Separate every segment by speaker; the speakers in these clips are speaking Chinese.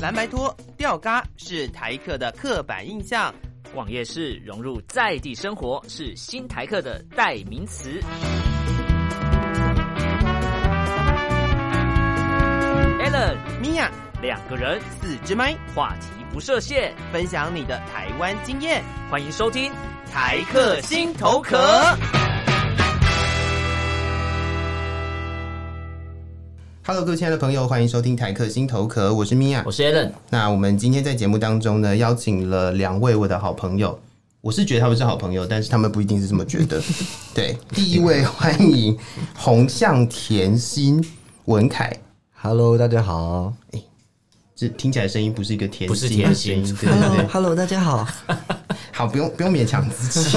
Speaker 1: 蓝白拖、吊嘎是台客的刻板印象。
Speaker 2: 逛夜市融入在地生活是新台客的代名词。Allen
Speaker 1: 米娅，
Speaker 2: 两个人，
Speaker 1: 四支麦，
Speaker 2: 话题不设限，
Speaker 1: 分享你的台湾经验，
Speaker 2: 欢迎收听
Speaker 1: 台客心头壳。Hello，各位亲爱的朋友，欢迎收听台客心头壳，我是米娅
Speaker 2: 我。是 Allen。
Speaker 1: 那我们今天在节目当中呢，邀请了两位我的好朋友，我是觉得他们是好朋友，但是他们不一定是这么觉 得。对，第一位欢迎红向甜心文凯，
Speaker 3: Hello，大家好。
Speaker 1: 这听起来声音不是一个甜
Speaker 2: 不是
Speaker 1: 心的
Speaker 2: 甜
Speaker 1: 声
Speaker 2: 心
Speaker 1: 音，对对 对。
Speaker 3: Hello，Hello，大家好。
Speaker 1: 好，不用不用勉强自 己。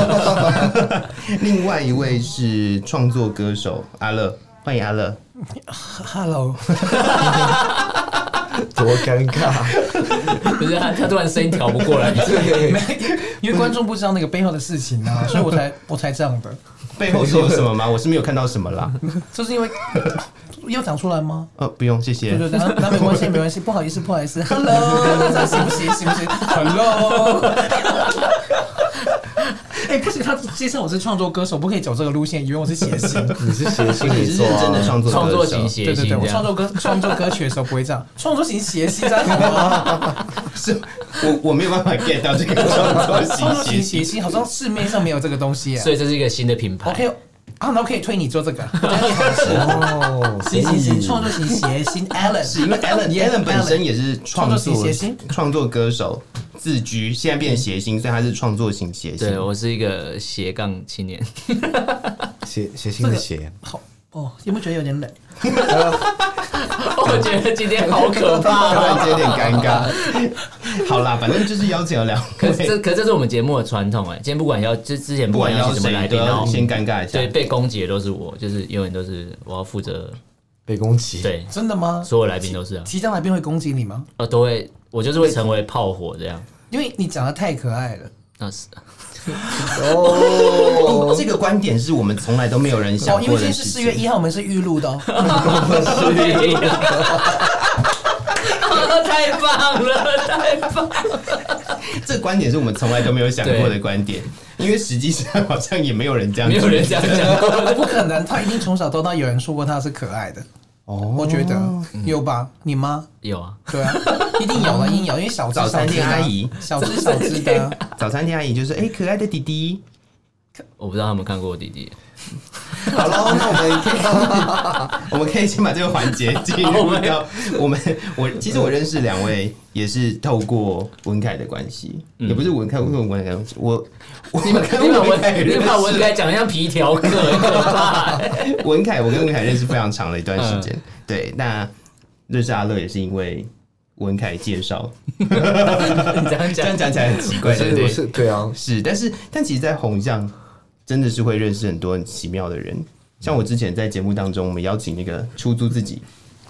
Speaker 1: 另外一位是创作歌手阿乐，欢迎阿乐。
Speaker 3: Hello，多尴尬。
Speaker 2: 不是他，他突然声音调不过来，
Speaker 3: 对，
Speaker 4: 因为观众不知道那个背后的事情啊，所以我才我才这样的，
Speaker 1: 背后是有什么 吗？我是没有看到什么 啦。
Speaker 4: 就是因为 要讲出来吗？
Speaker 1: 呃，不用，谢谢。
Speaker 4: 对对对，那那没关系，没关系，不好意思，不好意思，Hello，这样行不行？行不行？Hello，哎、不行，他介绍我是创作歌手，不可以走这个路线，以为我是谐星。
Speaker 3: 你是谐 星
Speaker 1: 你
Speaker 3: 没
Speaker 1: 是
Speaker 3: 错
Speaker 1: 认真的
Speaker 3: 啊。
Speaker 1: 创作
Speaker 2: 创
Speaker 1: 歌
Speaker 2: 作
Speaker 1: 手
Speaker 2: 型，谐
Speaker 4: 对
Speaker 2: 星
Speaker 4: 对对，
Speaker 2: 这
Speaker 4: 我创
Speaker 2: 样。
Speaker 4: 作歌创作歌曲的时候不会这样，创作型谐星这样好吗？
Speaker 1: 是 我我没有办法 get 到这个创作
Speaker 4: 创
Speaker 1: 型
Speaker 4: 作型
Speaker 1: 谐星。
Speaker 4: 谐星好像市面上没有这个东西耶。
Speaker 2: 所以这是一个新的品牌。
Speaker 4: OK，啊，那我可以推你做这个。
Speaker 3: 哦，
Speaker 4: 行行行，
Speaker 3: 所
Speaker 4: 创
Speaker 3: 以
Speaker 4: 作型谐星 Allen，
Speaker 1: 嗯是因为 Alan Alan 本身也是创
Speaker 4: 创作型谐星
Speaker 1: 创作歌手，自居现在变谐星，所以他是创作型谐
Speaker 2: 对
Speaker 1: 星。
Speaker 2: 我是一个斜杠青年，
Speaker 3: 谐谐星的谐，
Speaker 4: 好哦，有没有觉得有点冷？
Speaker 2: 我觉得今天好可怕
Speaker 1: 突然
Speaker 2: 哦。
Speaker 1: 间有点尴尬。好啦，反正就是邀请了两
Speaker 2: 可是
Speaker 1: 位，
Speaker 2: 这可是这是我们节目的传统哎，今天不管要之之前
Speaker 1: 不
Speaker 2: 不
Speaker 1: 管
Speaker 2: 管邀
Speaker 1: 邀
Speaker 2: 请什么来
Speaker 1: 谁都
Speaker 2: 宾，然
Speaker 1: 要
Speaker 2: 后
Speaker 1: 先尴尬一下哎
Speaker 2: 对。被攻击的都是我，就是永远都是我要负责，
Speaker 3: 被攻击。，
Speaker 2: 对，
Speaker 4: 真的吗？
Speaker 2: 所有来宾都是啊，
Speaker 4: 其他来宾会攻击你吗？
Speaker 2: 呃，都会我就是会成为炮火这样。
Speaker 4: 因为你长得太可爱了。
Speaker 1: 嗯
Speaker 2: 那 是
Speaker 1: 哦，这个观点是我们从来都没有人想
Speaker 4: 哦，因为
Speaker 1: 过
Speaker 4: 今
Speaker 1: 的
Speaker 4: 天是
Speaker 1: 事
Speaker 4: 四
Speaker 1: 情。
Speaker 4: 月一号，我们是预录的哦。
Speaker 2: 太棒了，太棒！
Speaker 1: 这个观点是我们从来都没有想过的
Speaker 2: 对
Speaker 1: 观点，因为实际上好像也没有人这样，
Speaker 2: 没有人这样讲过。
Speaker 4: 不可能，他一定从小到大有人说过他是可爱的。
Speaker 1: 哦嗯
Speaker 4: 我觉得有吧？你吗？
Speaker 2: 有啊，
Speaker 4: 对啊，一定有了，一定有，因 为小只
Speaker 1: 早
Speaker 4: 小
Speaker 1: 餐
Speaker 4: 只
Speaker 1: 店
Speaker 4: 的啊
Speaker 1: 阿姨
Speaker 4: 小只小只的啊。
Speaker 1: 早餐店阿姨就说：“哎、可爱的弟弟。
Speaker 2: 我不知道他们看过我弟弟，”
Speaker 1: 好喽，那我们可以， 我们可以先把这个环节进入到 我们。我其实我认识两位也是透过文凯的关系，也不是文凯，我文凯的关系，我我
Speaker 2: 你们
Speaker 1: 跟
Speaker 2: 你把
Speaker 1: 文凯
Speaker 2: 文
Speaker 1: 认
Speaker 2: 你把文
Speaker 1: 识
Speaker 2: 凯讲的像皮条客，很可怕。欸
Speaker 1: 文凯，我跟文凯认识非常长的一段时间。对，那认识阿乐也是因为文凯介绍，
Speaker 2: 你这样
Speaker 1: 这
Speaker 2: 讲，
Speaker 1: 样讲起来很奇怪，
Speaker 3: 所
Speaker 1: 对不
Speaker 3: 以
Speaker 1: 对
Speaker 3: 我？是对啊，
Speaker 1: 是，但是但其实，在红巷真的是会认识很多很奇妙的人。像我之前在节目当中，我们邀请那个出租自己，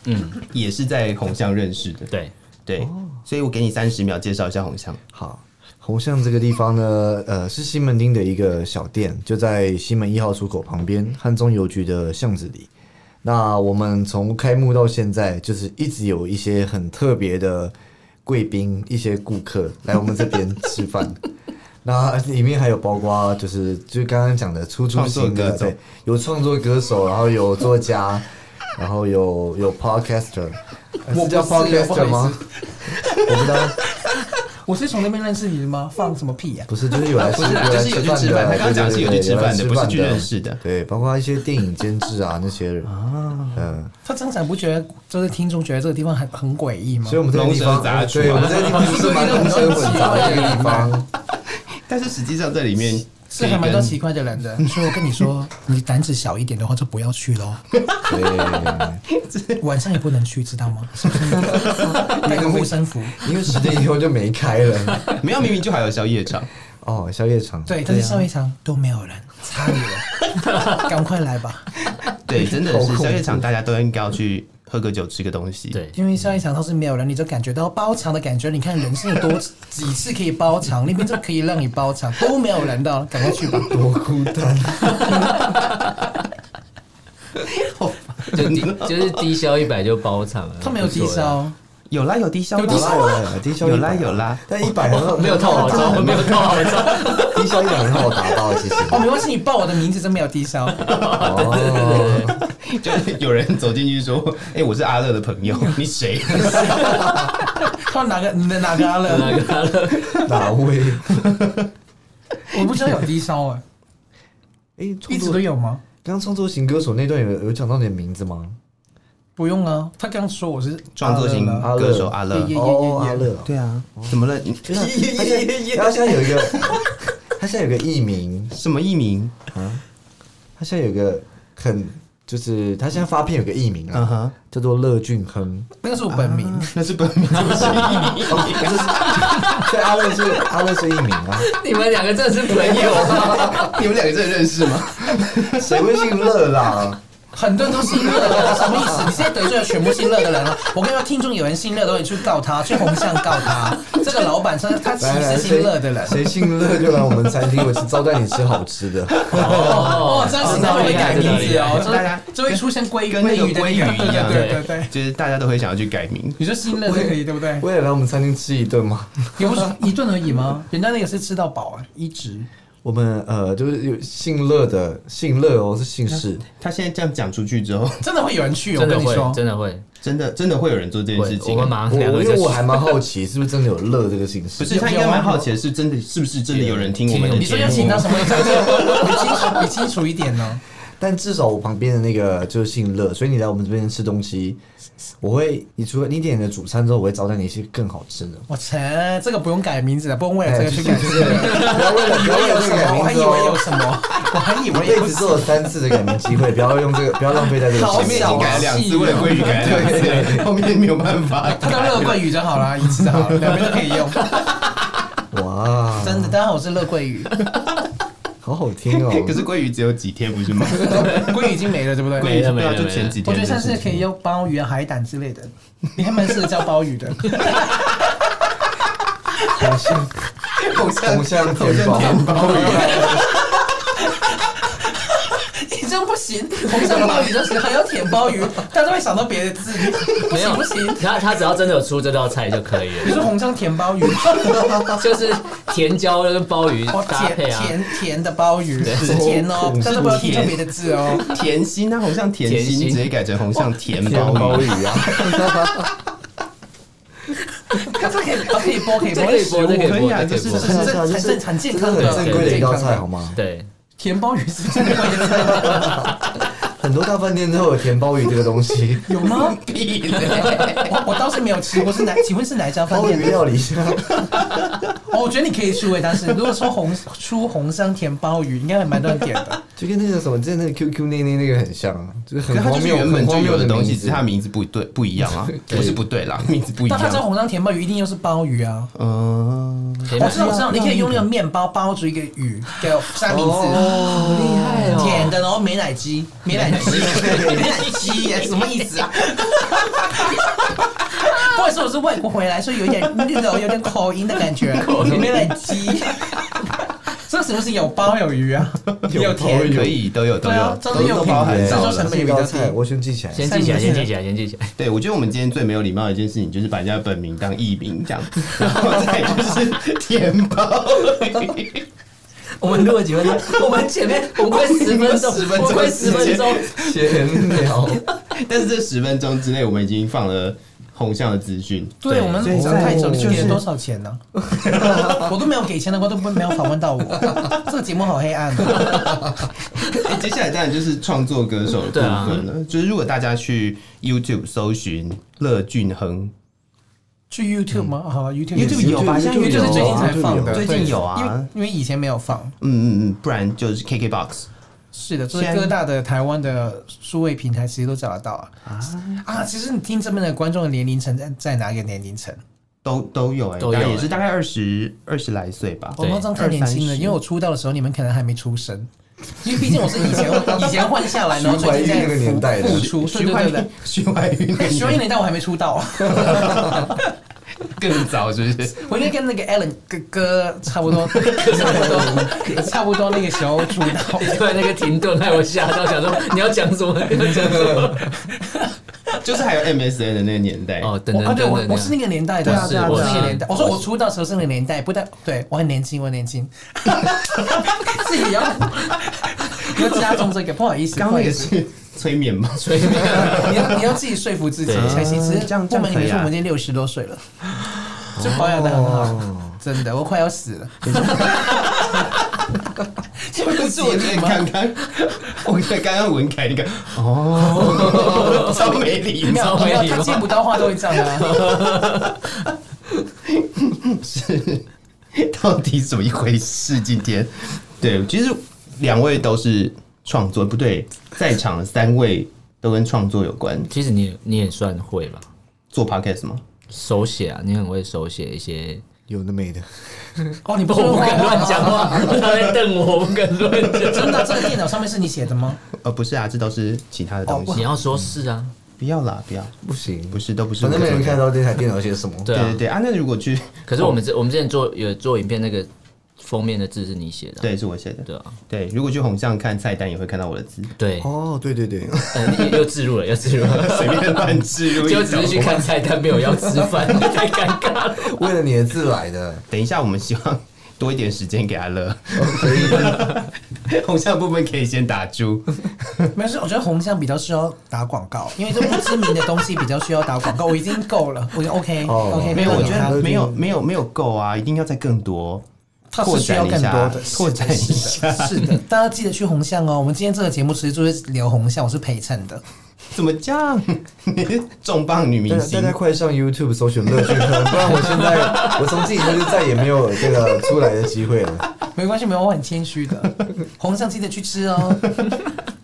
Speaker 2: 嗯，
Speaker 1: 也是在红巷认识的。
Speaker 2: 对，
Speaker 1: 对，
Speaker 3: 哦
Speaker 1: 所以我给你三十秒介绍一下红巷。
Speaker 3: 好。红巷这个地方呢，呃，是西门町的一个小店，就在西门一号出口旁边汉中邮局的巷子里。那我们从开幕到现在，就是一直有一些很特别的贵宾、一些顾客来我们这边吃 饭。那里面还有包括就是就刚刚讲的出租
Speaker 1: 创
Speaker 3: 型
Speaker 1: 作
Speaker 3: 的，
Speaker 1: 歌手
Speaker 3: 对，有创作歌手，然后有作家，然后有有 podcaster，呃
Speaker 4: 我
Speaker 3: 是叫
Speaker 4: 不是不好
Speaker 3: podcaster
Speaker 4: 意
Speaker 3: 吗？我不知道，
Speaker 4: 我是从那边认识你的吗？放什么屁啊呀？
Speaker 3: 不是，就是有来吃，
Speaker 1: 啊不是啦
Speaker 3: 有来
Speaker 1: 就是有去
Speaker 3: 饭啊
Speaker 1: 吃饭他刚刚讲是有去吃饭的
Speaker 3: 对对对
Speaker 1: 不是去
Speaker 3: 有来吃饭
Speaker 1: 认识的
Speaker 3: 对，包括一些电影监制啊那些人啊，嗯，
Speaker 4: 他这样讲不觉得就是听众觉得这个地方很很诡异吗
Speaker 3: 所以？我们这个地
Speaker 1: 龙蛇
Speaker 3: 方，
Speaker 1: 杂处啊
Speaker 3: 对，我们这个地方就是蛮龙蛇混杂的一个地方，
Speaker 1: 但是实际上在里 面
Speaker 4: 是
Speaker 1: 可以
Speaker 4: 还蛮多
Speaker 1: 跟
Speaker 4: 奇怪的人的， 所以我跟你说，你胆子小一点的话就不要去 喽，
Speaker 3: 对，
Speaker 4: 晚上也不能去，知道 吗？是不是？带个护身符。
Speaker 3: 因为十点以后就没开了。
Speaker 1: 没有明明就还有宵夜场，
Speaker 3: 哦，宵夜场，
Speaker 4: 对，但啊是上一场都没有人参与 了，赶快来吧！
Speaker 1: 对，真的
Speaker 3: 好
Speaker 1: 是
Speaker 3: 恐怖
Speaker 1: 宵夜场，大家都应该要去喝个酒吃个东西。
Speaker 2: 对，
Speaker 4: 因为上一场都是没有人，你就感觉到包场的感觉。你看人生有多几次可以包场，那边就可以让你包场，都没有人的，赶快去吧！
Speaker 3: 多孤单，
Speaker 2: 就低就是低消一百就包场了。
Speaker 4: 他没有低
Speaker 2: 不错的，
Speaker 4: 烧，
Speaker 1: 有啦，有低消，
Speaker 3: 有啦有啦，低消
Speaker 1: 有
Speaker 3: 一
Speaker 1: 啦
Speaker 3: 百
Speaker 1: 有啦，
Speaker 3: 但一百很好，
Speaker 5: 没有套好 招，没有套好招。
Speaker 3: 低消一百很好达到，其实。
Speaker 4: 哦，没关系，你报我的名字真没有低消。
Speaker 3: 哦，
Speaker 1: 就是有人走进去说：“哎、我是阿乐的 朋友，你谁
Speaker 4: 他哪个你的哪个阿
Speaker 5: 那
Speaker 4: 乐？
Speaker 5: 个
Speaker 3: 哪位？
Speaker 4: 我不知道有低消哎，
Speaker 3: 哎，
Speaker 4: 一
Speaker 3: 创
Speaker 4: 直
Speaker 3: 作
Speaker 4: 都有吗？
Speaker 3: 刚刚创作型歌手那段有有讲到你的名字吗？
Speaker 4: 不用啊，他刚说我是？”
Speaker 1: 创作型
Speaker 4: 阿乐啊
Speaker 1: 歌手阿乐
Speaker 4: 耶，耶
Speaker 3: 哦，阿
Speaker 4: 耶耶耶，
Speaker 3: 乐。
Speaker 1: 对啊，怎么了？你
Speaker 3: 他现他现在有一个， 他现在有个艺名，
Speaker 1: 什么艺名？
Speaker 3: 他现在有个很就是他现在发片有个艺名
Speaker 1: 嗯
Speaker 3: 啊，
Speaker 1: 哼，
Speaker 3: 叫做乐俊亨。
Speaker 4: 那个是我本名。
Speaker 1: 那是本名，不是艺 名。
Speaker 3: 哦，这是， 所以阿乐是阿乐是艺名啊，
Speaker 5: 你们两个真的是朋友啊！
Speaker 1: 你们两个真的认识吗？
Speaker 3: 谁会姓乐啦？
Speaker 4: 很多人都姓乐的，什么意思？你现在得罪了全部姓乐的人了。我跟你说，听众有人姓乐，都会去告他，去红巷告他。这个老板他他其
Speaker 3: 来
Speaker 4: 实
Speaker 3: 来，
Speaker 4: 是姓
Speaker 3: 谁
Speaker 4: 乐的人。
Speaker 3: 谁姓乐就来我们餐厅，我招待你吃好吃的。
Speaker 4: 哦，这样子他会改名字哦，
Speaker 1: 大家
Speaker 4: 就就会出现龟
Speaker 1: 跟那个
Speaker 4: 鱼的
Speaker 1: 鲑鱼
Speaker 4: 那个
Speaker 1: 一样，
Speaker 4: 对对对。
Speaker 1: 就是大家都会想要去改名。
Speaker 4: 你说姓乐就可以对不对？
Speaker 3: 为了来我们餐厅吃一顿吗？
Speaker 4: 也不是一顿而已吗？人家那个是吃到饱啊，一直。
Speaker 3: 我们呃，就是有姓乐的，姓乐哦，是姓氏。
Speaker 1: 他现在这样讲出去之后，
Speaker 4: 真的会有人去，我
Speaker 5: 真的
Speaker 4: 跟你说
Speaker 5: 会，，真的会。
Speaker 1: 真的真的会有人做这件事
Speaker 5: 会，我
Speaker 1: 情。
Speaker 5: 们马
Speaker 3: 我
Speaker 5: 上两
Speaker 3: 我
Speaker 5: 个
Speaker 3: 因
Speaker 5: 就
Speaker 3: 为我还蛮好奇，是不是真的有乐这个姓氏？
Speaker 1: 不是，他
Speaker 4: 啊
Speaker 1: 应该蛮好奇的是，真的是不是真的有人听我们的
Speaker 4: 你说
Speaker 1: 节
Speaker 4: 要请
Speaker 1: 目
Speaker 4: 到？什么？你清楚，你清楚一点呢？
Speaker 3: 但至少我旁边的那个就是姓乐，所以你来我们这边吃东西，我会，你除了你点的主餐之后，我会招待你一些更好吃的。
Speaker 4: 我切，这个不用改名字的，不用为了这个去改名字。
Speaker 3: 不要为了不
Speaker 4: 以
Speaker 3: 要
Speaker 4: 为
Speaker 3: 为
Speaker 4: 有
Speaker 3: 了这
Speaker 4: 什
Speaker 3: 个改
Speaker 4: 么？我还
Speaker 3: 名
Speaker 4: 以
Speaker 3: 字
Speaker 4: 为有
Speaker 3: 哦，
Speaker 4: 什么，我还以
Speaker 3: 我
Speaker 4: 为
Speaker 3: 一
Speaker 4: 有
Speaker 3: 直只有三次的改名机会，不要用这个，不要浪费在这个
Speaker 4: 好
Speaker 3: 前面。
Speaker 1: 已经改了两次，为了鲑鱼改了两 次，后面没有办法
Speaker 4: 啊他当
Speaker 1: 改。
Speaker 4: 乐桂鱼就好啦，一次就好了，两边都可以用。
Speaker 3: 哇，
Speaker 4: 真的，大家好，我是乐桂 鱼，
Speaker 3: 好好听哦。
Speaker 1: 可是鲑鱼只有几天，不是吗？
Speaker 4: 桂鱼已经没了，对不对？
Speaker 1: 鲑鱼
Speaker 5: 没了没
Speaker 1: 对啊，
Speaker 5: 了
Speaker 1: 就前几
Speaker 4: 我
Speaker 1: 天的
Speaker 4: 觉得
Speaker 1: 事情。
Speaker 4: 下次可以用鲍鱼、啊、海胆之类的，你还蛮适合叫鲍鱼的。
Speaker 3: 红香
Speaker 1: 红
Speaker 3: 红香甜包，
Speaker 4: 你这样不行，红烧鲍鱼就是还有舔鲍鱼，大家会想到别的字，不
Speaker 5: 没有
Speaker 4: 行不行。
Speaker 5: 他他只要真的有出这道菜就可以
Speaker 4: 你
Speaker 5: 了，
Speaker 4: 说红烧甜 鲍鱼，
Speaker 5: 就是甜椒跟鲍鱼
Speaker 4: 哦，
Speaker 5: 搭配
Speaker 4: 甜
Speaker 5: 啊，
Speaker 4: 甜甜的鲍鱼是甜哦，但是不要提特别的字哦。
Speaker 1: 甜心啊，红像甜
Speaker 5: 甜
Speaker 1: 心
Speaker 5: 心
Speaker 1: 直接改成红像甜
Speaker 3: 甜
Speaker 1: 包
Speaker 3: 包
Speaker 1: 鱼。
Speaker 3: 鱼啊，
Speaker 4: 它哦这可以，可以剥，可以哎
Speaker 5: 这可以
Speaker 4: 剥，
Speaker 5: 播，这可以
Speaker 1: 可以
Speaker 5: 播，
Speaker 1: 啊
Speaker 5: 这可
Speaker 1: 就
Speaker 5: 以
Speaker 1: 是
Speaker 5: 播
Speaker 4: 这。是这很正很健
Speaker 3: 这
Speaker 4: 康
Speaker 3: 很
Speaker 4: 的、
Speaker 3: 正规的一道菜好吗？
Speaker 5: 对，
Speaker 4: 甜鲍鱼是正规的菜，
Speaker 3: 很多大饭店都有甜鲍鱼这个东西，
Speaker 4: 有吗？我我倒是没有吃过，是哪？请问是哪一家饭
Speaker 3: 鲍
Speaker 4: 店
Speaker 3: 鱼啊
Speaker 4: 的？
Speaker 3: 料理家
Speaker 4: 哦，我觉得你可以出诶，但是如果说红 出红香甜鲍鱼，应该还蛮多人点的。
Speaker 3: 就跟那个什么，之前那个 QQ 内内那个很像啊，就是
Speaker 1: 可是它
Speaker 3: 很
Speaker 1: 就
Speaker 3: 荒
Speaker 1: 是
Speaker 3: 谬、
Speaker 1: 原本
Speaker 3: 很
Speaker 1: 就
Speaker 3: 荒
Speaker 1: 有
Speaker 3: 谬
Speaker 1: 的东西，
Speaker 3: 名
Speaker 1: 只
Speaker 3: 字
Speaker 1: 是它名字不对不一样啊，不是不对啦，名字不一
Speaker 4: 但他知道
Speaker 1: 样。
Speaker 4: 红烧甜鲍鱼一定又是鲍鱼啊！
Speaker 1: 嗯，
Speaker 4: 我知道，我知道，你可以用那个哦面包包住一个鱼，给我三明治，
Speaker 5: 好厉害
Speaker 4: 甜！的，然后美奶鸡，美奶 鸡，美奶鸡耶，什么意思 啊？不好意思，我是外国回来，所以有点那种有点口音的感 觉，美奶鸡。这是不是有包有鱼啊？有甜
Speaker 1: 可以都有都
Speaker 4: 对啊
Speaker 1: 有，
Speaker 4: 真的有
Speaker 1: 都
Speaker 4: 品
Speaker 1: 包含
Speaker 4: 味
Speaker 1: 到
Speaker 4: 这
Speaker 1: 了
Speaker 4: 就是。成本
Speaker 3: 这
Speaker 4: 比较
Speaker 3: 道
Speaker 4: 低
Speaker 3: 菜我先记起来。
Speaker 5: 先记起来，先记起来，先记起来。
Speaker 1: 对，我觉得我们今天最没有礼貌的一件事情，就是把人家本名当艺名这样，然后再就是填包鱼。
Speaker 5: 我们录了几分钟？我们前面我们快十分钟，我们快十分钟，
Speaker 3: 闲聊，
Speaker 1: 但是这十分钟之内，我们已经放了红象的资讯，
Speaker 4: 对我们
Speaker 1: 所以
Speaker 4: 我们泰总一
Speaker 1: 就是
Speaker 4: 年多少钱呢？ 我都没有给钱的话，都不没有访问 到我。这个节目好黑暗啊！
Speaker 1: 哎、接下来当然就是创作歌手的部分了。就是如果大家去 YouTube 搜寻乐俊亨，
Speaker 4: 去 YouTube 吗？好啊，YouTube 啊也是
Speaker 1: YouTube 有吧像 YouTube
Speaker 4: 就是最近才
Speaker 3: 有
Speaker 4: 放的，
Speaker 1: 最近有啊
Speaker 4: 因为因为以前没有放。
Speaker 1: 嗯嗯嗯，不然就是 KKBox。
Speaker 4: 是的，就
Speaker 1: 现
Speaker 4: 是
Speaker 1: 在
Speaker 4: 各大的台湾的数位平台其实都找得到啊。啊，其实你听这边的观众的年龄层在在哪个年龄层？
Speaker 1: 都都有哎、
Speaker 5: 都有
Speaker 1: 大概也
Speaker 5: 欸
Speaker 1: 是大概二十二十来岁吧。
Speaker 4: 我们这样太年轻
Speaker 1: 二三
Speaker 4: 了，
Speaker 1: 十
Speaker 4: 因为我出道的时候你们可能还没出生。 因为毕竟我是以前以前换下来，然后
Speaker 3: 徐怀
Speaker 4: 最
Speaker 3: 钰
Speaker 4: 近在
Speaker 3: 那个年代的
Speaker 4: 复出，对
Speaker 1: 徐
Speaker 4: 对
Speaker 1: 怀
Speaker 4: 对
Speaker 1: 钰
Speaker 4: 对，
Speaker 1: 徐怀钰那
Speaker 4: 哎徐怀钰
Speaker 1: 年
Speaker 4: 年代我还没出道，啊
Speaker 1: 更早是不是？
Speaker 4: 我应该跟那个 Alan 哥哥差不 多，差不多， 差不多那个时候出道。
Speaker 5: 对那个停顿害我吓到，想说你要讲什么？你要讲什么？
Speaker 1: 就是还有 MSN 的那个年代
Speaker 5: 哦，等
Speaker 4: 我
Speaker 5: 等
Speaker 4: 啊，对，
Speaker 5: 等
Speaker 4: 我
Speaker 5: 等，
Speaker 4: 我是那个年代的，
Speaker 5: 我是
Speaker 4: 对啊
Speaker 5: 我
Speaker 4: 我
Speaker 5: 是
Speaker 4: 是那个年代。
Speaker 5: 我
Speaker 4: 我
Speaker 5: 是
Speaker 4: 说我出道时候是那个年代，不但对我很年轻，我很年 轻，自己要要加重这个，不好意思，
Speaker 1: 刚
Speaker 4: 不
Speaker 1: 刚那
Speaker 4: 好意
Speaker 1: 个
Speaker 4: 思。
Speaker 1: 是催眠吗？
Speaker 5: 所以 那个
Speaker 4: 你要你要自己说服自己
Speaker 5: 对
Speaker 4: 才行。其实
Speaker 1: 这样这样
Speaker 4: 不瞒你们
Speaker 1: 可以
Speaker 4: 说，
Speaker 1: 啊
Speaker 4: 我们已经六十多岁了，就保养的很
Speaker 1: 哦
Speaker 4: 好，真的，我快要死了。这不
Speaker 1: 不
Speaker 4: 是
Speaker 1: 是，
Speaker 4: 我
Speaker 1: 我觉得
Speaker 4: 的吗？
Speaker 1: 刚刚， 我觉得刚刚文凯那个哦，超没礼
Speaker 4: 没
Speaker 1: 貌。
Speaker 4: 有
Speaker 5: 稍微
Speaker 4: 没有，
Speaker 5: 礼貌
Speaker 4: 他接不到话都会这样的啊。
Speaker 1: 是 到底怎么一回事？今天对，其实两位都是创作，不对，在场的三位都跟创作有关，
Speaker 5: 其实你也你也算会吧，
Speaker 1: 做 podcast 吗？
Speaker 5: 手写啊，你很会手写一些。
Speaker 3: 有的没的，
Speaker 4: 哦，你不
Speaker 5: 我
Speaker 4: 是
Speaker 5: 不敢乱讲
Speaker 4: 话。
Speaker 5: 话，他在瞪我，我不敢乱讲。
Speaker 4: 真的，这个电脑上面是你写的吗？
Speaker 1: 呃，不是啊，这都是其他的东
Speaker 5: 你
Speaker 1: 西。
Speaker 5: 要说是啊，
Speaker 1: 不要啦，不要，
Speaker 3: 不行，
Speaker 1: 不是，都不是。
Speaker 3: 反正没人看。到这台电脑写什么。
Speaker 1: 对
Speaker 5: 对啊
Speaker 1: 对。对啊，那如果去，
Speaker 5: 可是我们之我们之前做有做影片，那个封面的字是你写的啊，
Speaker 1: 对，是我写的。
Speaker 5: 对啊，
Speaker 1: 对，如果去红巷看菜单，也会看到我的字，
Speaker 5: 对，
Speaker 3: 哦，对对对，
Speaker 5: 呃又又自入了，又自 入了。
Speaker 1: 随便乱置入一
Speaker 5: 就
Speaker 1: 种。
Speaker 5: 只是去看菜单，没有要吃 饭，太尴尬了。
Speaker 3: 为了你的字来的，
Speaker 1: 等一下，我们希望多一点时间给阿乐。
Speaker 3: 可以。
Speaker 1: 红巷部分可以先打住。
Speaker 4: 没事，我觉得红箱比较需要打广告，因为这不知名的东西比较需要打 广告。我已经够了，我已经 OK
Speaker 3: 哦
Speaker 4: OK，
Speaker 1: 没有，我觉
Speaker 4: 他
Speaker 1: 得没有没有没有够啊，一定要再更多。
Speaker 4: 它是需要更多的
Speaker 1: 扩展一下
Speaker 4: 是的是的，是的大家记得去红巷哦。我们今天这个节目其实就是聊红巷，我是陪衬的。
Speaker 1: 怎么这样？ 重磅女明
Speaker 3: 大家大
Speaker 1: 星
Speaker 3: 家快上 YouTube 搜寻乐趣课，不然我现在我 从今以后就再也没有这个出来的机会了。
Speaker 4: 没关系，没有，我很谦 虚的。红巷记得去吃哦。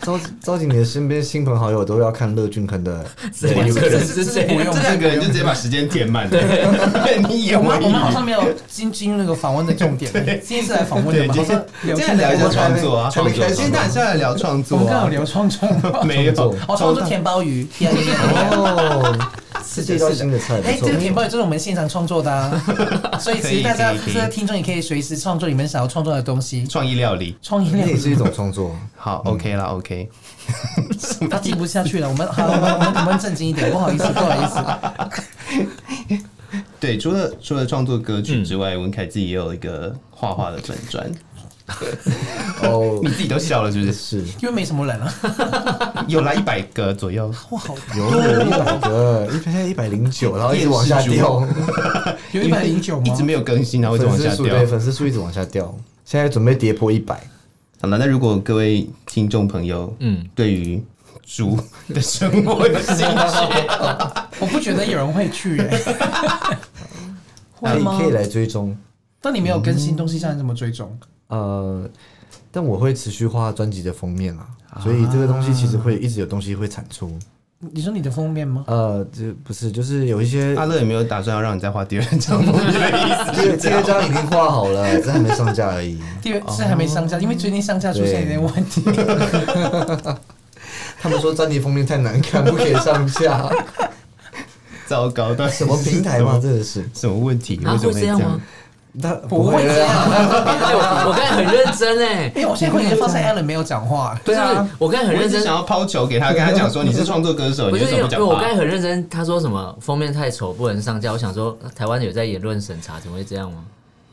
Speaker 3: 召召集你的身边亲朋好友都要看乐俊坑的
Speaker 5: 这两个人是
Speaker 4: 这 不
Speaker 5: 谁？
Speaker 4: 用
Speaker 1: 这两个人就直接把时间填满了。你啊演
Speaker 4: 我
Speaker 1: 我
Speaker 4: 们我们好
Speaker 1: 一
Speaker 4: 像没有进进入那个访问的重点，今天是来访问的
Speaker 1: 对，
Speaker 4: 嘛？好
Speaker 1: 今
Speaker 4: 像
Speaker 1: 天今
Speaker 4: 聊天
Speaker 1: 天聊一下
Speaker 4: 的
Speaker 1: 创作啊，
Speaker 3: 创
Speaker 1: 创
Speaker 3: 作
Speaker 1: 作。今天当然是要来聊创
Speaker 4: 我
Speaker 1: 作
Speaker 4: 们刚好
Speaker 1: 啊，
Speaker 4: 聊创作吗，
Speaker 1: 没有
Speaker 3: 创
Speaker 4: 哦，创作甜鲍鱼，甜甜甜
Speaker 3: 哦，是这道新的菜，
Speaker 4: 哎，
Speaker 3: 不
Speaker 4: 这个甜
Speaker 3: 错。
Speaker 4: 包也就是我们现场创作的啊，所以其实大家
Speaker 1: 可以可以可以
Speaker 4: 这些听众也可以随时创作你们想要创作的东西，
Speaker 1: 创意料理。
Speaker 4: 创意
Speaker 3: 那
Speaker 4: 料
Speaker 3: 也
Speaker 4: 理。
Speaker 3: 是一种创作，
Speaker 1: 好，OK
Speaker 4: 嗯
Speaker 1: 啦，OK。
Speaker 4: 他记不下去了，我们好，我们我们我们正经一点，不好意思，不好意思。
Speaker 1: 对，除了除了创作歌曲之外，文凯自己也有一个画画的粉砖，
Speaker 3: 哦
Speaker 1: 你，自己都笑了是不是？
Speaker 3: 是
Speaker 4: 因为没什么人啊了，
Speaker 1: 有啦，一百个左右。
Speaker 4: 哇，好
Speaker 3: 有一百个，一现在一百零九，然后一直往下掉，
Speaker 4: 有一百零九吗？
Speaker 1: 一直没有更新，然后一直往
Speaker 3: 粉丝
Speaker 1: 下
Speaker 3: 数
Speaker 1: 掉
Speaker 3: 对。粉丝数一直往下掉，现在准备跌破一百。
Speaker 1: 好了，那如果各位听众朋友，
Speaker 5: 嗯
Speaker 1: 嗯，对于猪的生活有兴趣，
Speaker 4: 我不觉得有人会去、欸，
Speaker 3: 可
Speaker 4: 会
Speaker 3: 以
Speaker 4: 吗
Speaker 3: 哎可？以来追踪。
Speaker 4: 当你没有更新东西，像你怎么追踪？
Speaker 3: 呃，但我会持续画专辑的封面啊，所以这个东西其实会一直有东西会产出。
Speaker 4: 你说你的封面吗？
Speaker 3: 呃，这不是就是有一些
Speaker 1: 阿乐有没有打算要让你再画第二张封面啊的意思？
Speaker 3: 这个这个张已经画好了，这还没上架而已。
Speaker 4: 第二是还没上架，因为最近上架出现一点问题。
Speaker 3: 他们说专辑封面太难看，不可以上 架。
Speaker 1: 糟糕，到底是
Speaker 3: 什么平台嘛，？真的是
Speaker 1: 什么问题？为什么会
Speaker 5: 啊
Speaker 1: 这样？？
Speaker 3: 他
Speaker 4: 不会这
Speaker 3: 啊。
Speaker 4: 样，
Speaker 5: 哎我我刚才很认真哎，
Speaker 4: 因为我现在已经发现 Alan 没有讲话，
Speaker 5: 不是不是，我刚才
Speaker 1: 啊我
Speaker 5: 很
Speaker 1: 一
Speaker 5: 认
Speaker 1: 直
Speaker 5: 真
Speaker 1: 想，要抛球给他，跟他讲 说你是创作歌手，
Speaker 5: 不
Speaker 1: 你
Speaker 5: 是
Speaker 1: 为什
Speaker 5: 因为
Speaker 1: 么不讲
Speaker 5: 我刚才
Speaker 1: 话？
Speaker 5: 很认真。他说什么封面太丑不能上架，我想说台湾有在言论审查，怎么会这样吗？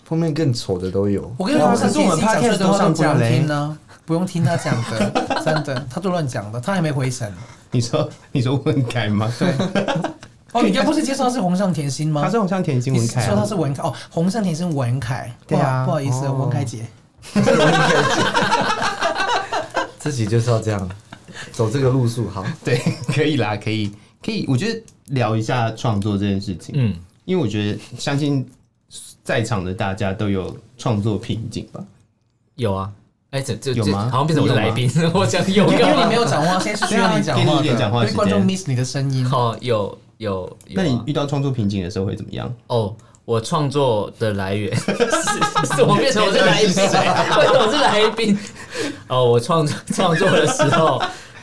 Speaker 3: 封面更丑的都有，
Speaker 4: 我跟你
Speaker 1: 哇
Speaker 4: 说，
Speaker 1: 可是我们
Speaker 4: 他自己
Speaker 1: podcast
Speaker 4: 讲出来的
Speaker 1: 都
Speaker 4: 话
Speaker 1: 上
Speaker 4: 不用
Speaker 1: 架嘞
Speaker 4: 听呢，不用听他讲的， 真的，他都乱讲的，他还没回神。
Speaker 1: 你说你说文凯 吗？对，
Speaker 4: 哦，你刚不是介绍他是红上甜心吗？
Speaker 1: 他是好像田心
Speaker 4: 你
Speaker 1: 文凯啊，
Speaker 4: 说他是文凯哦，红上甜心文凯，
Speaker 1: 对啊
Speaker 4: 不好意思，
Speaker 3: 哦
Speaker 4: 文凯姐，
Speaker 3: 自己就是要这样走这个路数。好，
Speaker 1: 对，可以啦，可以，可以。我觉得聊一下创作这件事情，
Speaker 5: 嗯，
Speaker 1: 因为我觉得相信在场的大家都有创作瓶颈吧。
Speaker 5: 有啊。哎，这这
Speaker 1: 有
Speaker 5: 这
Speaker 1: 吗
Speaker 5: 好像变成我的来宾， 我讲有
Speaker 4: 因
Speaker 5: 干
Speaker 4: 为你没
Speaker 5: 嘛？
Speaker 4: 有讲话，现在是需要你讲
Speaker 1: 啊给
Speaker 4: 话的，
Speaker 1: 你一点讲话的
Speaker 4: 因为
Speaker 1: 时间
Speaker 4: 观众 miss 你的声音。
Speaker 5: 哦，有有有
Speaker 1: 那你
Speaker 5: 啊。
Speaker 1: 遇到创作瓶颈的时候会怎么样？
Speaker 5: 哦，我创作的 来源是是我变成我是来宾，为什 么我是来宾？哦，我创作创作的时候，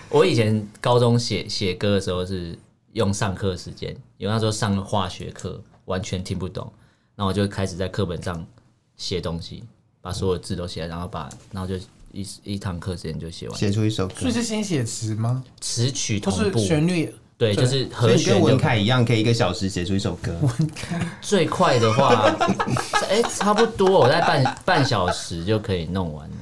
Speaker 5: 我以前高中写写歌的时候是用上课时间，因为那时候上了化学课，完全听不懂，然后我就开始在课本上写东西，把所有字都写，然后把然后就一一堂课时间就写完，
Speaker 1: 写出一首歌
Speaker 4: 所以，是先写词吗？
Speaker 5: 词曲
Speaker 4: 都
Speaker 5: 同
Speaker 4: 是
Speaker 5: 步。
Speaker 4: 旋律
Speaker 5: 对，就是
Speaker 1: 所
Speaker 5: 和
Speaker 1: 以你跟
Speaker 5: 弦
Speaker 1: 文
Speaker 5: 就
Speaker 1: 凯一样，可以一个小时写出一首歌。
Speaker 5: 最快的话， 哎、差不多我在半半小时就可以弄完了。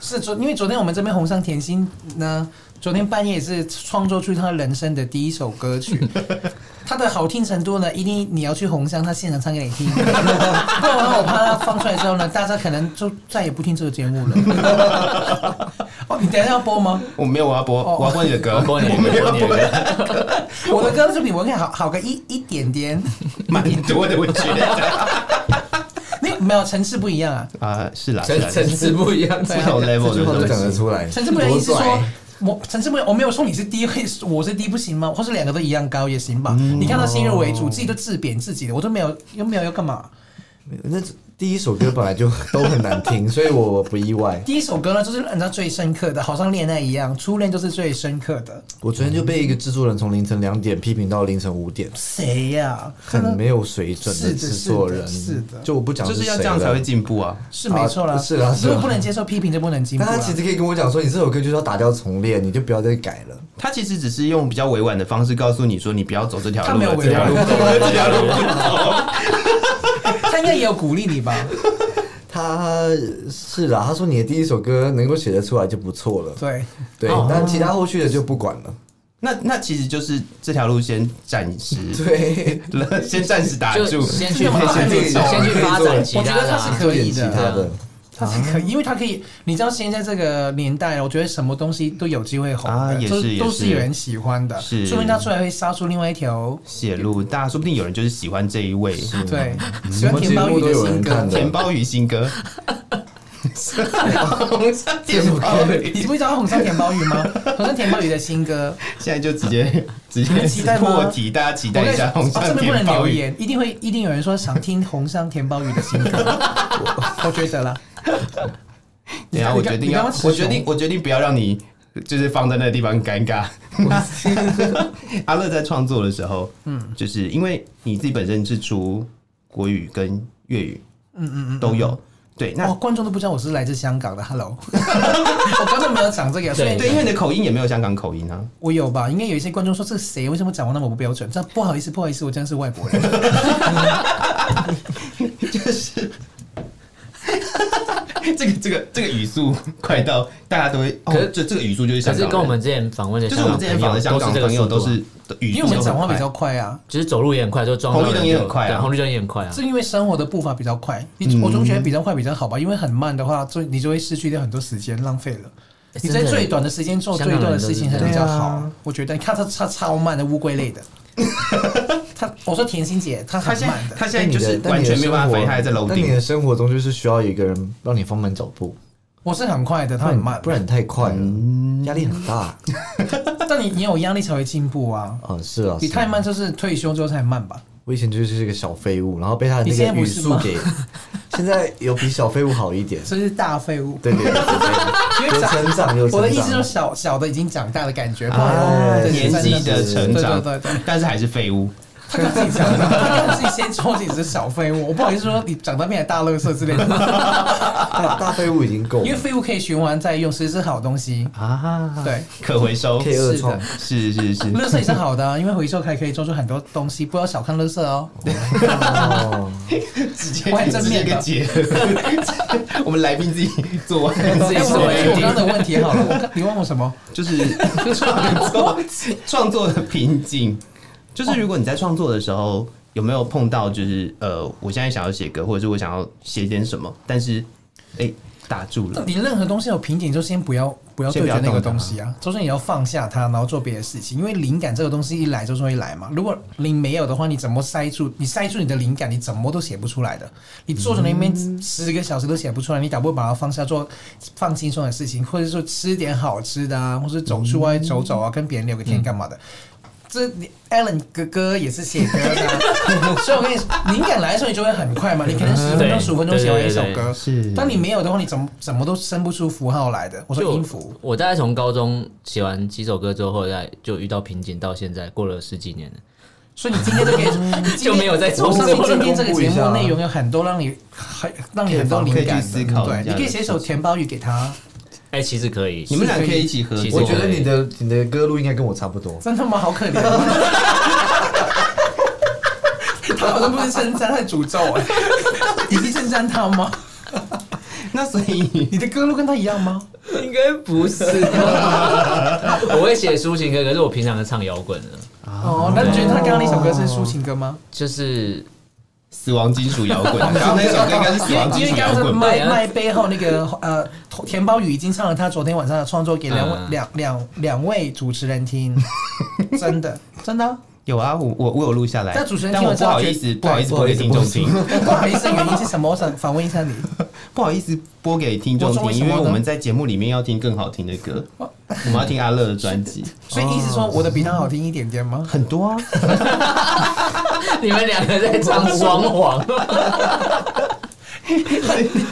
Speaker 4: 是昨，因为昨天我们这边红上甜心呢，昨天半夜也是创作出他人生的第一首歌曲，他的好听程度呢，一定你要去红上，他现场唱给你听，不然的话我怕他放出来之后呢，大家可能就再也不听这个节目了。哦，你等一下要播吗？
Speaker 1: 我没有，我要播，
Speaker 4: 哦
Speaker 1: 我要播你的歌，
Speaker 5: 我播你的歌
Speaker 1: 我没有
Speaker 5: 我播你的歌
Speaker 4: 我的歌就比文凯好好个一一点点，
Speaker 1: 蛮多的，我觉得。
Speaker 4: 你没有层次不一样啊，
Speaker 1: 啊，是啦，是
Speaker 5: 层
Speaker 1: 啦，
Speaker 5: 层次不一样，
Speaker 1: 不同 level 的
Speaker 3: 这句话都讲得
Speaker 1: 东西。
Speaker 3: 出来，
Speaker 4: 层次不一样意思是
Speaker 3: 多拽
Speaker 4: 说。我层次不一样，我没有说你是低，会 我是低不行吗？或是两个都一样高也行吧？
Speaker 3: 嗯
Speaker 4: 你看到先入为主，自己都自贬自己的，我都没有，又没有要干嘛？
Speaker 3: 那第一首歌本来就都很难听，所以我不意外。
Speaker 4: 第一首歌呢，就是人家最深刻的，好像恋爱一样，初恋就是最深刻的。
Speaker 3: 我昨天就被一个制作人从凌晨两点批评到凌晨五点，
Speaker 4: 谁呀、看到
Speaker 3: 很没有水准
Speaker 4: 是的
Speaker 3: 制作人，
Speaker 4: 是的是的
Speaker 3: 就我不讲
Speaker 1: 就是
Speaker 3: 谁
Speaker 1: 要这样才
Speaker 3: 了
Speaker 1: 会进步啊！
Speaker 4: 是没错啦，
Speaker 3: 啊是啦是啦
Speaker 4: 如果不能接受批评，就不能进步
Speaker 3: 但
Speaker 4: 啦。
Speaker 3: 他其实可以跟我讲说，你这首歌就是要打掉重练，你就不要再改了。
Speaker 1: 他其实只是用比较委婉的方式告诉你说，你不要走这条
Speaker 4: 他
Speaker 1: 路
Speaker 4: 没有
Speaker 1: 了，这
Speaker 4: 委
Speaker 1: 条
Speaker 4: 婉
Speaker 1: 路不了，这条路不走。
Speaker 4: 他应该也有鼓励 你吧？
Speaker 3: 他是啦，他说你的第一首歌能够写得出来就不错了，
Speaker 4: 对，
Speaker 3: 对，但其他后续的就不管了。
Speaker 1: 那那其实就是这条路先暂时
Speaker 3: 对，
Speaker 1: 了， 先暂时打
Speaker 5: 就
Speaker 1: 住，
Speaker 5: 先去
Speaker 1: 先
Speaker 5: 发展，
Speaker 1: 先
Speaker 3: 去
Speaker 1: 走
Speaker 5: 先去发展其
Speaker 4: 我觉
Speaker 5: 他
Speaker 4: 得
Speaker 5: 的、
Speaker 4: 他是
Speaker 5: 啊。
Speaker 4: 可
Speaker 3: 做点
Speaker 4: 以
Speaker 3: 其
Speaker 4: 的，
Speaker 3: 他的，
Speaker 4: 他是
Speaker 3: 啊
Speaker 4: 可以，因为他可以，你知道现在这个年代，哦我觉得什么东西都有机会红的，
Speaker 1: 啊也是
Speaker 4: 都
Speaker 1: 也是
Speaker 4: 都是有人喜欢的，
Speaker 1: 是
Speaker 4: 说明他出来会杀出另外一条。
Speaker 1: 写路，大家说不定有人就是喜欢这一位
Speaker 4: 对，
Speaker 1: 嗯
Speaker 4: 喜欢田包宇的
Speaker 3: 什么节目都有
Speaker 4: 新
Speaker 3: 人看
Speaker 4: 歌
Speaker 3: 的，
Speaker 1: 田包宇新 歌。田包宇
Speaker 4: 你不知道红上田包宇吗？ 红上田包宇的新歌，
Speaker 1: 现在就直 接直
Speaker 4: 你们期待
Speaker 1: 接
Speaker 4: 吗
Speaker 1: 破题，大 家期
Speaker 4: 我
Speaker 1: 待
Speaker 4: 在
Speaker 1: 一下红
Speaker 4: 哦这
Speaker 1: 上
Speaker 4: 边不
Speaker 1: 田
Speaker 4: 能
Speaker 1: 包
Speaker 4: 留
Speaker 1: 宇。
Speaker 4: 言，一定会一定有人说想听红上田包宇 的新歌，我我觉得啦。
Speaker 1: 等一下，
Speaker 4: 你
Speaker 1: 啊我
Speaker 4: 刚
Speaker 1: 决定
Speaker 4: 你刚
Speaker 1: 要
Speaker 4: 刚，吃
Speaker 1: 我决
Speaker 4: 熊
Speaker 1: 定，我决定不要让你就是放在那个地方尴 尬。阿乐在创作的时候，嗯，就是因为你自己本身是出国语跟粤语，嗯嗯嗯，都有。对，那
Speaker 4: 哦，观众都不知道我是来自香港的，Hello，我刚才没有讲这个，所以
Speaker 1: 对，因为你的口音也没有香港口音 啊。
Speaker 4: 我有吧？应该有一些观众说这是谁？为什么讲话那么不标准？这样不好意思，不好意思，我真的是外国人。
Speaker 1: 这个这个这个语速快到大家都会，哦
Speaker 5: 可是，
Speaker 1: 这这个语速就是香
Speaker 5: 可
Speaker 1: 港
Speaker 5: 是
Speaker 1: 人，
Speaker 5: 跟我们之前访问的
Speaker 1: 就
Speaker 5: 香
Speaker 1: 是我
Speaker 5: 港
Speaker 1: 们之前访的香港
Speaker 5: 朋友
Speaker 1: 朋友都
Speaker 5: 这个速度啊
Speaker 1: 是语速，
Speaker 4: 因为我们讲话比较，快啊，
Speaker 5: 只是走路也很快，就撞到
Speaker 1: 红绿灯
Speaker 5: 人
Speaker 1: 也
Speaker 5: 就
Speaker 1: 很快啊
Speaker 5: 对红绿灯也很快啊。
Speaker 4: 是因为生活的步伐比较快。你我总觉得比较快比较好吧，因为很慢的话，就你就会失去掉很多时间，浪费了。你在
Speaker 5: 真的
Speaker 4: 最短的时间做最短的事情还比
Speaker 1: 香
Speaker 4: 较
Speaker 1: 港
Speaker 4: 好
Speaker 1: 人都是这样，
Speaker 4: 我觉得。你看他他超慢的乌龟类的，他我说甜心姐，他
Speaker 1: 他
Speaker 4: 很
Speaker 1: 现在
Speaker 4: 慢的，
Speaker 1: 他现在就是完全没有办法飞，他还在楼
Speaker 3: 但你的
Speaker 1: 顶。
Speaker 3: 生活中就是需要一个人让你放慢脚步，
Speaker 4: 我是很快的，他很慢。
Speaker 3: 不然你太快了，压力很大。
Speaker 4: 但你你有压力才会进步啊。
Speaker 3: 啊，是啊，
Speaker 4: 你
Speaker 3: 是啊
Speaker 4: 太慢就是退休之后才慢吧？
Speaker 3: 我以前就是一个小废物，然后被他的
Speaker 4: 你
Speaker 3: 那
Speaker 4: 现在
Speaker 3: 个语
Speaker 4: 不是
Speaker 3: 速
Speaker 4: 吗
Speaker 3: 给，现在有比小废物好一点。
Speaker 4: 这是大废物。
Speaker 3: 对对对对，
Speaker 4: 因为
Speaker 3: 对有
Speaker 4: 长
Speaker 3: 成长有成长。
Speaker 4: 我的意思就是小小的已经长大的感觉，不
Speaker 1: 啊
Speaker 4: 好意思
Speaker 1: 年纪的成长
Speaker 4: 对对对对，
Speaker 1: 但是还是废物。
Speaker 4: 他跟自己讲的，他跟自己先说自己是小废物，我不好意思说你长大变成大垃圾之类的，
Speaker 3: 大大废物已经够
Speaker 4: 因为
Speaker 3: 了，
Speaker 4: 废物可以循环再用，其实是好东西啊，对。
Speaker 1: 可回收，
Speaker 3: 可以二创。
Speaker 1: 是是 是，
Speaker 4: 垃圾也是好的、啊，因为回收还可以做出很多东西，不要小看垃圾哦。
Speaker 3: 哦，
Speaker 1: 直接
Speaker 4: 我还真
Speaker 1: 直接一个
Speaker 4: 面
Speaker 1: 结论。 我们来宾自己做完，自己
Speaker 4: 哎，我
Speaker 1: 做
Speaker 4: 回
Speaker 1: 完
Speaker 4: 去我刚刚的问题好了，我刚你问我什么？
Speaker 1: 就是 创作创作的瓶颈。就是如果你在创作的时候，有没有碰到就是呃，我现在想要写歌，或者是我想要写点什么，但是哎、打住了，
Speaker 4: 你任何东西有瓶颈，就先不要不要
Speaker 1: 先
Speaker 4: 对
Speaker 1: 不要
Speaker 4: 决那个
Speaker 1: 动它
Speaker 4: 东西啊，就是你要放下它，然后做别的事情。因为灵感这个东西一来就是会来嘛，如果灵没有的话，你怎么塞住？你塞住你的灵感，你怎么都写不出来的。你坐在那边
Speaker 1: 嗯
Speaker 4: 十个小时都写不出来，你倒不如把它放下，做放轻松的事情，或者说吃点好吃的啊，或是走出外走走啊，跟别人聊个天干嘛的。
Speaker 1: 嗯
Speaker 4: 这你 Alan 哥哥也是写歌的啊， 所以我跟你说，灵感来的时候你就会很快嘛，你可能十分钟、
Speaker 5: 对
Speaker 4: 十五分钟写完一首
Speaker 5: 对对对
Speaker 4: 歌，
Speaker 1: 是
Speaker 4: 当你没有的话，你怎么怎么都生不出符号来的。我说音符，
Speaker 5: 我大概从高中写完几首歌之后，再就遇到瓶颈，到现在过了十几年了。
Speaker 4: 所以你今天这个你今天
Speaker 5: 就没有再
Speaker 4: 我
Speaker 5: 重
Speaker 4: 相信
Speaker 5: 复了
Speaker 4: 今天这个节
Speaker 3: 公布一
Speaker 4: 目
Speaker 3: 下
Speaker 4: 内容有很多让你很让你很多灵感的
Speaker 1: 可以去思考一
Speaker 4: 对，
Speaker 1: 下
Speaker 4: 你可以写一首甜包语给他，
Speaker 5: 哎、其实可以，
Speaker 1: 你们俩可以一起合
Speaker 5: 其实
Speaker 3: 我
Speaker 1: 作欸
Speaker 3: 觉得你的你的歌路应该跟我差不多。
Speaker 4: 真的吗？好可怜。他好像不是称赞，他是诅咒哎、 你是称赞他吗？
Speaker 1: 那所以
Speaker 4: 你的歌路跟他一样吗？
Speaker 5: 应该不是吧 我会写抒情歌，可是我平常是唱摇滚的，
Speaker 4: 哦，那你觉得他刚刚那首歌是抒情歌吗？
Speaker 5: 就是
Speaker 1: 死亡金属 摇滚，刚刚那首歌应该是死
Speaker 4: 因为
Speaker 1: 亡金
Speaker 4: 因
Speaker 1: 属
Speaker 4: 为刚
Speaker 1: 摇
Speaker 4: 刚
Speaker 1: 滚吧？
Speaker 4: 麦麦背后那个呃田包雨已经唱了他昨天晚上的创作给两位、
Speaker 5: 嗯
Speaker 4: 两两两位主持人听，真的真的啊、
Speaker 1: 有啊，我我我有录下来，
Speaker 4: 但主持人
Speaker 1: 但
Speaker 4: 听
Speaker 1: 我
Speaker 4: 完之
Speaker 1: 不
Speaker 4: 后
Speaker 1: 好
Speaker 4: 觉得
Speaker 1: 意思，不好意思
Speaker 3: 对
Speaker 1: 播给听众听，
Speaker 4: 不好意思，原因是什么？我想反问一下你，
Speaker 1: 不好意思播给听众
Speaker 4: 我说为
Speaker 1: 听，
Speaker 4: 什
Speaker 1: 因
Speaker 4: 么呢
Speaker 1: 为我们在节目里面要听更好听的歌，我们要听阿乐的专辑，
Speaker 4: 所以意思说我的比他好听一点点吗？
Speaker 1: 很多啊，
Speaker 5: 你们两个在唱双簧，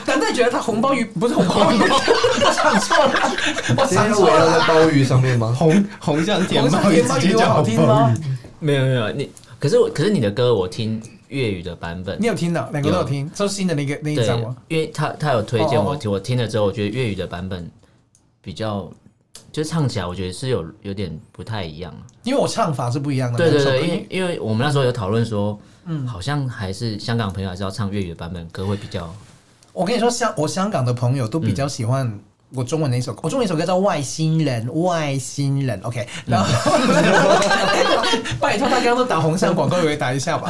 Speaker 4: 难道你觉得他红包鱼不是红 包鱼？我讲错了，我
Speaker 3: 今天
Speaker 4: 讲
Speaker 3: 我
Speaker 4: 错
Speaker 3: 要
Speaker 4: 了。
Speaker 3: 在鲍鱼上面吗？
Speaker 1: 红 红向
Speaker 4: 我
Speaker 1: 甜
Speaker 4: 是
Speaker 1: 猫
Speaker 4: 田包
Speaker 1: 直
Speaker 4: 鱼
Speaker 1: 接
Speaker 4: 比我
Speaker 1: 叫
Speaker 4: 好听吗？？
Speaker 5: 没有没有你，可是我可是你的歌我听粤语的版本
Speaker 4: 你，有听的，两个都有听，都是新的那个那一
Speaker 5: 对
Speaker 4: 张吗？，
Speaker 5: 因为他他有推荐
Speaker 4: 哦哦
Speaker 5: 我
Speaker 4: 哦
Speaker 5: 听，我听了之后，我觉得粤语的版本比较。就唱起来，我觉得是有有点不太一样。
Speaker 4: 因为我唱法是不一样的。
Speaker 5: 对对
Speaker 4: 两首
Speaker 5: 对，
Speaker 4: 歌
Speaker 5: 因为因为我们那时候有讨论说，嗯，好像还是香港朋友还是要唱粤语的版本歌会比较
Speaker 4: 我跟你说，香我香港的朋友都比较喜欢我中文的一首歌，我中文一首歌叫《外星人》，外星人，OK，然后、 拜托他刚刚都打红上广告，以为打一下吧。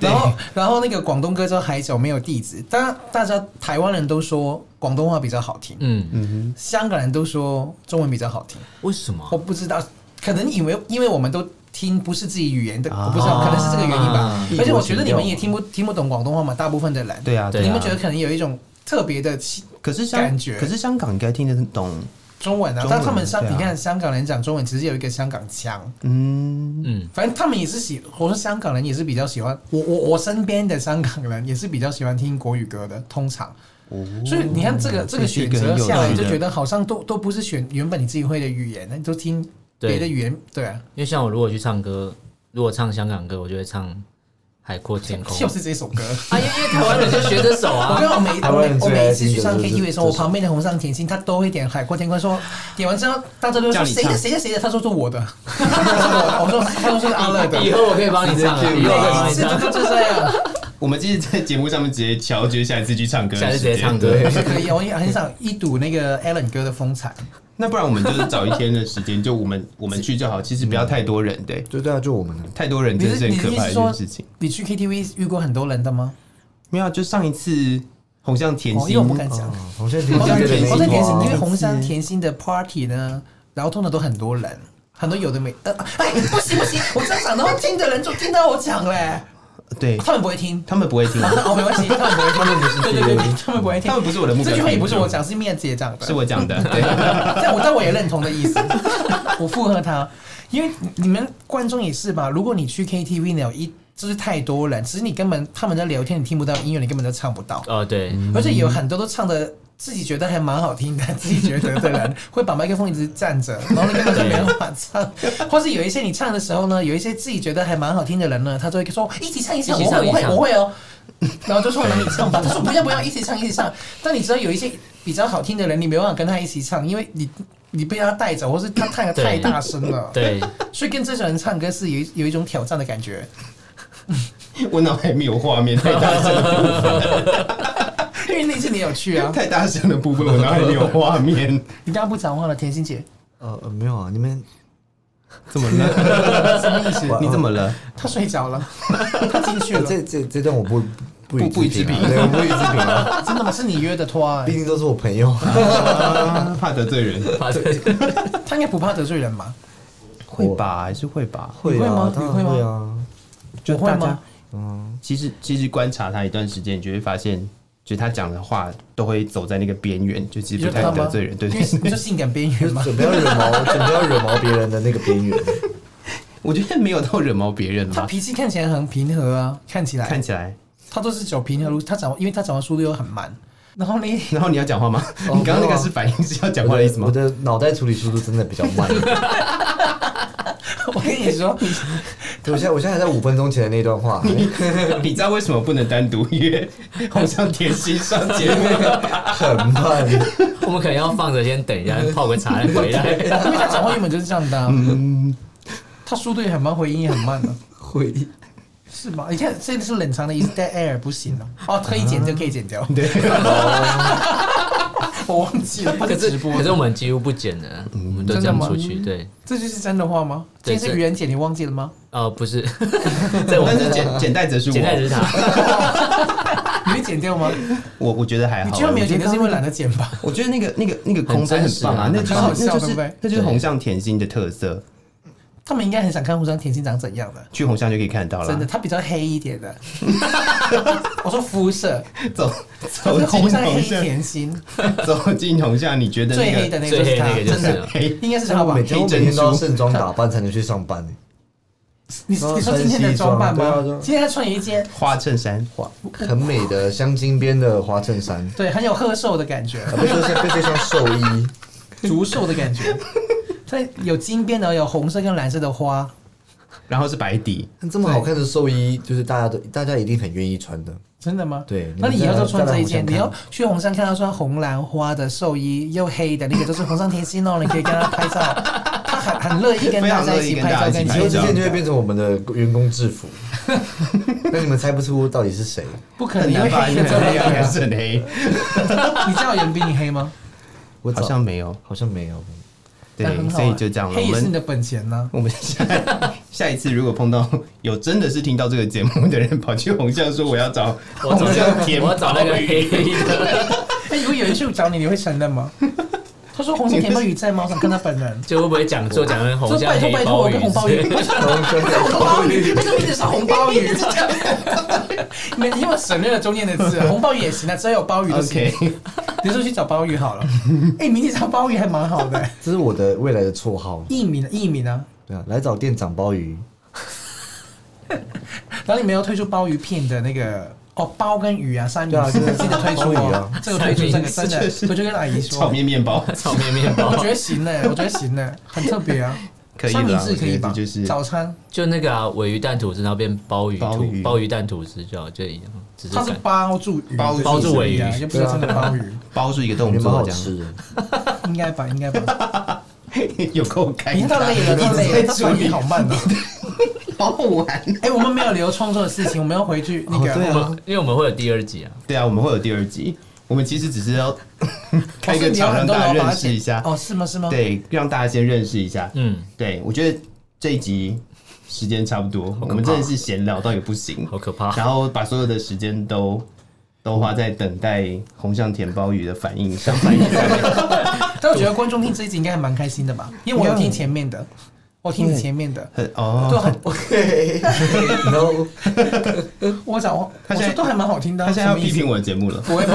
Speaker 4: 然后然后那个广东歌叫《海角没有地址》，当然大家台湾人都说广东话比较好听，
Speaker 5: 嗯
Speaker 4: 香港人都说中文比较好听，
Speaker 5: 为什么
Speaker 4: 我？不知道，可能以为因为我们都。听不是自己语言的，我不知道，可能是这个原因吧
Speaker 5: 啊。
Speaker 4: 而且我觉得你们
Speaker 1: 异
Speaker 4: 也
Speaker 1: 国情
Speaker 4: 听不听不懂广东话嘛，大部分的人。
Speaker 1: 对啊，
Speaker 5: 对
Speaker 1: 对
Speaker 4: 你
Speaker 1: 啊，
Speaker 4: 们觉得可能有一种特别的气
Speaker 1: 可是香
Speaker 4: 感觉
Speaker 1: 可是香港应该听得懂，
Speaker 4: 中文啊？
Speaker 1: 中文
Speaker 4: 但他们香，
Speaker 1: 对啊
Speaker 4: 你看香港人讲中文，其实有一个香港腔，
Speaker 1: 嗯。
Speaker 5: 嗯，
Speaker 4: 反正他们也是喜，我说香港人也是比较喜欢，我我我身边的香港人也是比较喜欢听国语歌的，通常。
Speaker 1: 哦
Speaker 4: 所以你看这个这个
Speaker 1: 这是一
Speaker 4: 选
Speaker 1: 个很
Speaker 4: 择
Speaker 1: 有
Speaker 4: 下来，
Speaker 1: 趣
Speaker 4: 就
Speaker 1: 的
Speaker 4: 觉得好像都都不是选原本你自己会的语言，那你都听别的
Speaker 5: 对
Speaker 4: 语言，对啊，
Speaker 5: 因为像我如果去唱歌，如果唱香港歌，我就会唱《海阔天
Speaker 1: 哦
Speaker 5: 空
Speaker 4: 就》是这首歌。
Speaker 5: 啊，因为因为台湾人就学这首
Speaker 4: 我
Speaker 5: 啊。
Speaker 4: 跟我每
Speaker 3: 台
Speaker 4: 我
Speaker 3: 湾
Speaker 4: 每
Speaker 3: 人
Speaker 4: 我
Speaker 3: 最
Speaker 4: 每一
Speaker 3: 爱
Speaker 4: 次
Speaker 3: 听
Speaker 4: 去
Speaker 3: 的
Speaker 4: 唱
Speaker 3: 就是
Speaker 4: KTV 的时候，
Speaker 3: 这
Speaker 4: 我
Speaker 3: 首
Speaker 4: 旁边的红上甜心，他都会点《海阔天空》，说点完之后，大家都会
Speaker 1: 叫
Speaker 4: 说
Speaker 1: 你
Speaker 4: 谁
Speaker 1: 唱
Speaker 4: 的谁的谁的，他说是我的，他说是我的，我说他说是阿乐的，
Speaker 5: 以后我可以帮你唱啊，以后我可以帮
Speaker 4: 每一
Speaker 5: 你
Speaker 4: 次
Speaker 5: 唱
Speaker 4: 就。就这样，
Speaker 1: 我们今天在节目上面直接敲，就是下一次去唱歌，
Speaker 5: 下次直接唱。歌，
Speaker 3: 对
Speaker 4: 是可以，我也很想一睹那个 Alan 哥的风采。
Speaker 1: 那不然我们就是找一天的时间，就我们我们去就好。其实不要太多人，对，
Speaker 3: 对对啊，就我们的。
Speaker 1: 太多人
Speaker 4: 你
Speaker 1: 真的
Speaker 4: 是
Speaker 1: 是很
Speaker 4: 你的
Speaker 1: 可
Speaker 4: 意
Speaker 1: 怕
Speaker 4: 思
Speaker 1: 的一
Speaker 4: 说
Speaker 1: 件事情。，
Speaker 4: 你去 KTV 遇过很多人的吗？
Speaker 1: 没有啊，就上一次红向甜
Speaker 4: 哦，因为
Speaker 1: 心，
Speaker 4: 我不敢讲
Speaker 3: 哦，，红山甜心
Speaker 4: 红山
Speaker 3: 跟
Speaker 4: 甜
Speaker 3: 雷
Speaker 4: 心，红山甜心，因为
Speaker 3: 心
Speaker 4: 红山甜心的 party 呢，然后通常都很多人，很多有的没，呃，哎，不行不行，我这样讲的话，听的人就听到我讲嘞，
Speaker 1: 对
Speaker 4: 他们不会听。
Speaker 1: 他们不 会听，
Speaker 4: 哦，没关系，他们不会听，他们不是，对对对，对他们不会听
Speaker 1: 他。们不是我的目标。
Speaker 4: 这句话也不是我，讲，是面姐讲的，
Speaker 1: 是我讲的。 对，
Speaker 4: 但我但我也认同的意思， 我附和他，因为你们观众也是吧？如果你去 KTV 呢，有一就是太多人，其实你根本他们在聊天，你听不到音乐，你根本都唱不到，
Speaker 5: 哦对，
Speaker 4: 而且有很多都唱的。自己觉得还蛮好听
Speaker 5: 嗯
Speaker 4: 的，自己觉得的 人会把麦克风一直站着，然后你根本就没办法 唱。或是有一些你唱的时候呢，有一些自己觉得还蛮好听的人呢，他就会说一起唱一起唱，
Speaker 5: 一
Speaker 4: 我
Speaker 5: 起唱
Speaker 4: 会我
Speaker 5: 一起
Speaker 4: 会
Speaker 5: 唱
Speaker 4: 我会哦。然后就说我们一起唱吧。他说不要不要，一起唱一起唱。但你知道有一些比较好听的人，你没办法跟他一起唱，因为你你被他带走，或是他唱的太大声了。，
Speaker 5: 对，
Speaker 4: 所以跟这种人唱歌是有一有一种挑战的感觉。
Speaker 1: 我脑海里面有画 面，太大声的
Speaker 4: 因为那次你有去
Speaker 1: 部，
Speaker 4: 啊
Speaker 1: 太大声的部分，我脑海里面有画面。
Speaker 4: 你刚刚不讲话了，甜心姐，
Speaker 3: 呃呃没有啊，你们
Speaker 1: 怎么了？
Speaker 4: 什么意思？
Speaker 1: 你怎么了？
Speaker 4: 他睡着了，他进去
Speaker 3: 呃
Speaker 4: 了。
Speaker 3: 这这这段我不不予
Speaker 1: 不不予
Speaker 3: 置
Speaker 1: 置评
Speaker 3: 啊对，我不予置评啊，
Speaker 4: 真的吗？是你约的拖啊
Speaker 3: 毕？竟都是我朋友。
Speaker 1: 啊 怕得罪人？
Speaker 5: 把这个
Speaker 4: 他应该不怕得罪人吧？
Speaker 1: 会吧，还是会吧。
Speaker 3: 会
Speaker 4: 你会吗
Speaker 3: 啊，当然
Speaker 4: 你会吗
Speaker 3: 会啊。
Speaker 1: 就
Speaker 4: 我会
Speaker 1: 大家
Speaker 4: 吗？
Speaker 1: 其实其实观察他一段时间，你就会发现，就是他讲的话都会走在那个边缘，就其
Speaker 4: 你
Speaker 1: 实
Speaker 4: 就
Speaker 1: 不太
Speaker 4: 他吗
Speaker 1: 得罪人。对
Speaker 4: 因
Speaker 1: 对
Speaker 4: 为你就性感边 缘嘛。
Speaker 3: 准不要惹毛，准不要惹毛别人的那个边 缘。
Speaker 1: 我觉得没有到惹毛别人
Speaker 4: 他
Speaker 1: 嘛，
Speaker 4: 脾气看起来很平和啊，看起来
Speaker 1: 看起来。
Speaker 4: 他都是走平和路，他讲，因为他讲话速度又很慢。
Speaker 1: 嗯
Speaker 4: 然后呢，
Speaker 1: 然后你要讲话吗？
Speaker 3: 哦
Speaker 1: 你刚刚那个是反应是要讲话的意思吗
Speaker 3: 我？的我的脑袋处理速度真的比较慢，
Speaker 4: 我跟你 说，
Speaker 3: 对，我现在我现在还在五分钟前的那段 话，
Speaker 4: 啊
Speaker 1: 你知道为什么不能单独约红上甜心上节目？
Speaker 3: 很慢。
Speaker 5: 我们可能要放着先等一下，泡个茶再回来。
Speaker 4: 因为他讲话原本就是这样的、啊，
Speaker 1: 嗯
Speaker 4: 他速度也很慢，回音也很慢的、
Speaker 3: 回忆
Speaker 4: 是吗？你看，这个是冷藏的 is dead air 不行了、哦，可以剪就可以剪掉，
Speaker 1: 啊对，
Speaker 4: 哦我忘记了，不
Speaker 5: 可
Speaker 4: 是
Speaker 5: 是
Speaker 4: 直播的，
Speaker 5: 可是我们几乎不剪的，我们都这样出去。对，
Speaker 4: 这就是真的话吗？今
Speaker 5: 对
Speaker 4: 天是愚人节，你忘记了吗？
Speaker 5: 哦，不是，在我
Speaker 1: 但
Speaker 5: 们
Speaker 1: 是简简代则是
Speaker 5: 简代日
Speaker 1: 我，
Speaker 5: 常。
Speaker 4: 你会剪掉吗？
Speaker 1: 我我觉得还
Speaker 4: 你
Speaker 1: 好
Speaker 4: 居。然没有剪掉，是因为懒得剪吧？
Speaker 1: 我觉得那个那个那个空间很
Speaker 5: 很真实啊
Speaker 1: 棒啊，那
Speaker 4: 很好
Speaker 1: 就是
Speaker 4: 笑
Speaker 1: 那就
Speaker 4: 对不对
Speaker 1: 是那就是红上甜心的特色，
Speaker 4: 他们应该很想看红上甜心长怎样的。
Speaker 1: 去红上就可以看到了。
Speaker 4: 真的，他比较黑一点的。我说肤色，
Speaker 1: 走
Speaker 4: 可
Speaker 1: 走
Speaker 4: 是
Speaker 1: 进
Speaker 4: 红上黑
Speaker 1: 红巷，
Speaker 4: 甜心
Speaker 1: 走进红巷，你觉得
Speaker 4: 最黑
Speaker 1: 那
Speaker 4: 的
Speaker 1: 个
Speaker 4: 那个就是他，
Speaker 5: 最黑那个就是
Speaker 4: 真的
Speaker 1: 黑？
Speaker 4: 应该是
Speaker 3: 但
Speaker 4: 他
Speaker 3: 我
Speaker 4: 吧
Speaker 3: 每？天我
Speaker 1: 黑珍
Speaker 3: 每
Speaker 1: 珠
Speaker 3: 天都要盛装打扮才能去上班，
Speaker 4: 你你说今天的装扮
Speaker 3: 对啊对啊？
Speaker 4: 吗今天他穿一件
Speaker 1: 花衬衫，
Speaker 3: 花很美的镶金边的花衬衫，
Speaker 4: 对很有贺寿的感觉，
Speaker 3: 啊被说像被说像寿衣，
Speaker 4: 竹寿的感觉。它有金边的，有红色跟蓝色的花，
Speaker 1: 然后是白底，
Speaker 3: 但这么好看的寿衣，就是大家都大家一定很愿意穿的。
Speaker 4: 真的吗？
Speaker 3: 对
Speaker 4: 那你以后都穿这一件，
Speaker 3: 你再
Speaker 4: 你
Speaker 3: 来
Speaker 4: 要去红山看到穿红兰花的寿衣，又黑的那个，就是红上甜心哦，你可以跟他拍照，他很很乐意跟大家一起拍照
Speaker 1: 非常乐意跟大家一
Speaker 4: 跟
Speaker 1: 起
Speaker 3: 以后
Speaker 1: 拍
Speaker 3: 这
Speaker 1: 照
Speaker 3: 件就会变成我们的员工制服，那你们猜不出到底是谁？
Speaker 4: 不可能，
Speaker 1: 很
Speaker 4: 因
Speaker 1: 难
Speaker 4: 为
Speaker 1: 吧？
Speaker 4: 黑
Speaker 1: 你
Speaker 4: 的
Speaker 1: 很
Speaker 4: 怎么
Speaker 1: 黑
Speaker 4: 样
Speaker 1: 还
Speaker 4: 啊？
Speaker 1: 是很黑？
Speaker 4: 你知道有人比你黑吗？
Speaker 3: 我
Speaker 1: 好
Speaker 3: 找
Speaker 1: 像没有，
Speaker 3: 好像没有。
Speaker 1: 对
Speaker 4: 但很，好啊
Speaker 1: 所以就这样了。
Speaker 4: 黑
Speaker 1: 我
Speaker 4: 也是你
Speaker 1: 们
Speaker 4: 的本钱呢。
Speaker 1: 我们下下一次如果碰到有真的是听到这个节目的人跑去红巷说我要找
Speaker 5: 我找
Speaker 1: 红巷甜
Speaker 5: 我要找那个黑的，
Speaker 4: 哎，如果有人去找你，你会承认吗？他说红心甜鲍鱼在吗？我想看他本人。
Speaker 5: 就会不会讲错，讲成
Speaker 4: 说
Speaker 5: 红像
Speaker 4: 拜托
Speaker 5: 黑
Speaker 4: 拜托，
Speaker 5: 鲍
Speaker 4: 我跟红包鱼，
Speaker 5: 鱼
Speaker 4: 不是红包鱼，为什么一直是红包鱼？没，因为省略了中间的字，红包鱼也行啊，只要有鲍鱼都行
Speaker 1: OK，。
Speaker 4: 你说去找鲍鱼好了。哎，明天找鲍鱼还蛮好的，
Speaker 3: 这是我的未来的绰号，
Speaker 4: 艺名艺名啊。
Speaker 3: 对啊，来找店长鲍鱼，
Speaker 4: 然后你们要推出鲍鱼片的那个。哦，鲍跟鱼啊，三明治
Speaker 3: 对啊
Speaker 4: 记得推出
Speaker 3: 鲍鱼
Speaker 4: 哦
Speaker 3: 啊，
Speaker 4: 这个推出这个
Speaker 5: 三
Speaker 4: 真的，我就跟阿姨说
Speaker 1: 炒，面面包
Speaker 5: 炒面面包
Speaker 4: 我，觉得行呢，我觉得行呢，很特别啊，
Speaker 1: 可以
Speaker 4: 三明
Speaker 1: 啦，
Speaker 4: 治可以吧？
Speaker 1: 我觉得这就是
Speaker 4: 早餐，
Speaker 5: 就那个啊，尾鱼蛋吐司，然后变鲍鱼
Speaker 1: 鲍
Speaker 5: 吐
Speaker 1: 鱼
Speaker 5: 鲍鱼蛋吐司，就好就一样，只是
Speaker 4: 它是
Speaker 5: 改
Speaker 4: 包住鱼，
Speaker 1: 包
Speaker 5: 包住尾鱼
Speaker 4: 啊，就不是真的 鲍鱼，
Speaker 1: 包住一个
Speaker 3: 感
Speaker 1: 动
Speaker 3: 觉蛮
Speaker 1: 作
Speaker 3: 好
Speaker 1: 这
Speaker 3: 吃的。
Speaker 4: 应该吧，应该吧。
Speaker 1: 样，有够开
Speaker 4: 你看他累 了，他累了，他反应好慢的。
Speaker 1: 好好玩。
Speaker 4: 哎，我们没有留创作的事情，我们要回去那
Speaker 3: 哦对
Speaker 4: 个。
Speaker 3: 啊
Speaker 5: 因为我们会有第二集啊，
Speaker 1: 对啊，我们会有第二集。我们其实只是要 开个
Speaker 4: 聊
Speaker 1: 场
Speaker 4: 很
Speaker 1: 让
Speaker 4: 多
Speaker 1: 大家
Speaker 4: 老板
Speaker 1: 认识一下，
Speaker 4: 哦，是吗？是吗？，
Speaker 1: 对，让大家先认识一下。
Speaker 5: 嗯，
Speaker 1: 对，我觉得这一集时间差不多，我们真的是闲聊到也不行，
Speaker 5: 好可怕
Speaker 1: 然后把所有的时间都都花在等待红象甜鲍鱼的反应上，反应上面
Speaker 4: 但我觉得观众听这一集应该还蛮开心的吧，因为我有听前面的，我听你前面的，
Speaker 1: 很
Speaker 4: 都
Speaker 1: 哦。
Speaker 4: 很，
Speaker 3: 然后
Speaker 4: 我讲我我说都还蛮好听的啊。
Speaker 1: 他现在要批
Speaker 4: 什么意思
Speaker 1: 评我的节目了，
Speaker 4: 不会吧？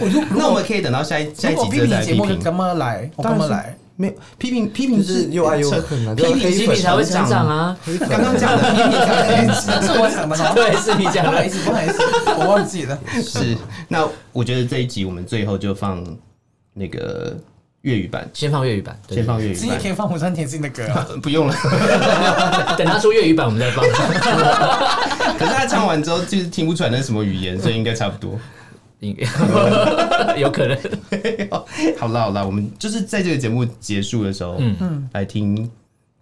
Speaker 4: 我就
Speaker 1: 那我们可以等到下 一下
Speaker 4: 如
Speaker 1: 一
Speaker 4: 果
Speaker 1: 集之
Speaker 4: 批
Speaker 1: 后再
Speaker 4: 评你
Speaker 1: 来
Speaker 4: 节
Speaker 1: 批
Speaker 4: 目，就
Speaker 1: 评。
Speaker 4: 干嘛来？我干嘛来？
Speaker 1: 没有批评，批评
Speaker 3: 就是又爱又
Speaker 1: 成
Speaker 3: 恨啊，
Speaker 1: 批评
Speaker 5: 批评才会成长啊，
Speaker 1: 刚刚讲的批评才会成长
Speaker 4: 是我讲的吗？
Speaker 5: 对，是你
Speaker 4: 不
Speaker 5: 讲
Speaker 4: 好
Speaker 5: 的
Speaker 4: 意，思，不好意思，我忘记了。
Speaker 1: 是，那我觉得这一集我们最后就放那个粤语版，
Speaker 5: 先放粤语版，对
Speaker 1: 先放粤
Speaker 4: 今
Speaker 1: 语
Speaker 4: 天可
Speaker 1: 版，
Speaker 4: 以放红山甜心的 歌啊，
Speaker 1: 呃不用了。
Speaker 5: 等他出粤语版我们再 放。
Speaker 1: 可是他唱完之后就是听不出来那是什么语言，所以应该差不多。
Speaker 5: 应 有可能，
Speaker 1: 好啦好啦，我们就是在这个节目结束的时候，
Speaker 5: 嗯
Speaker 1: 嗯，来听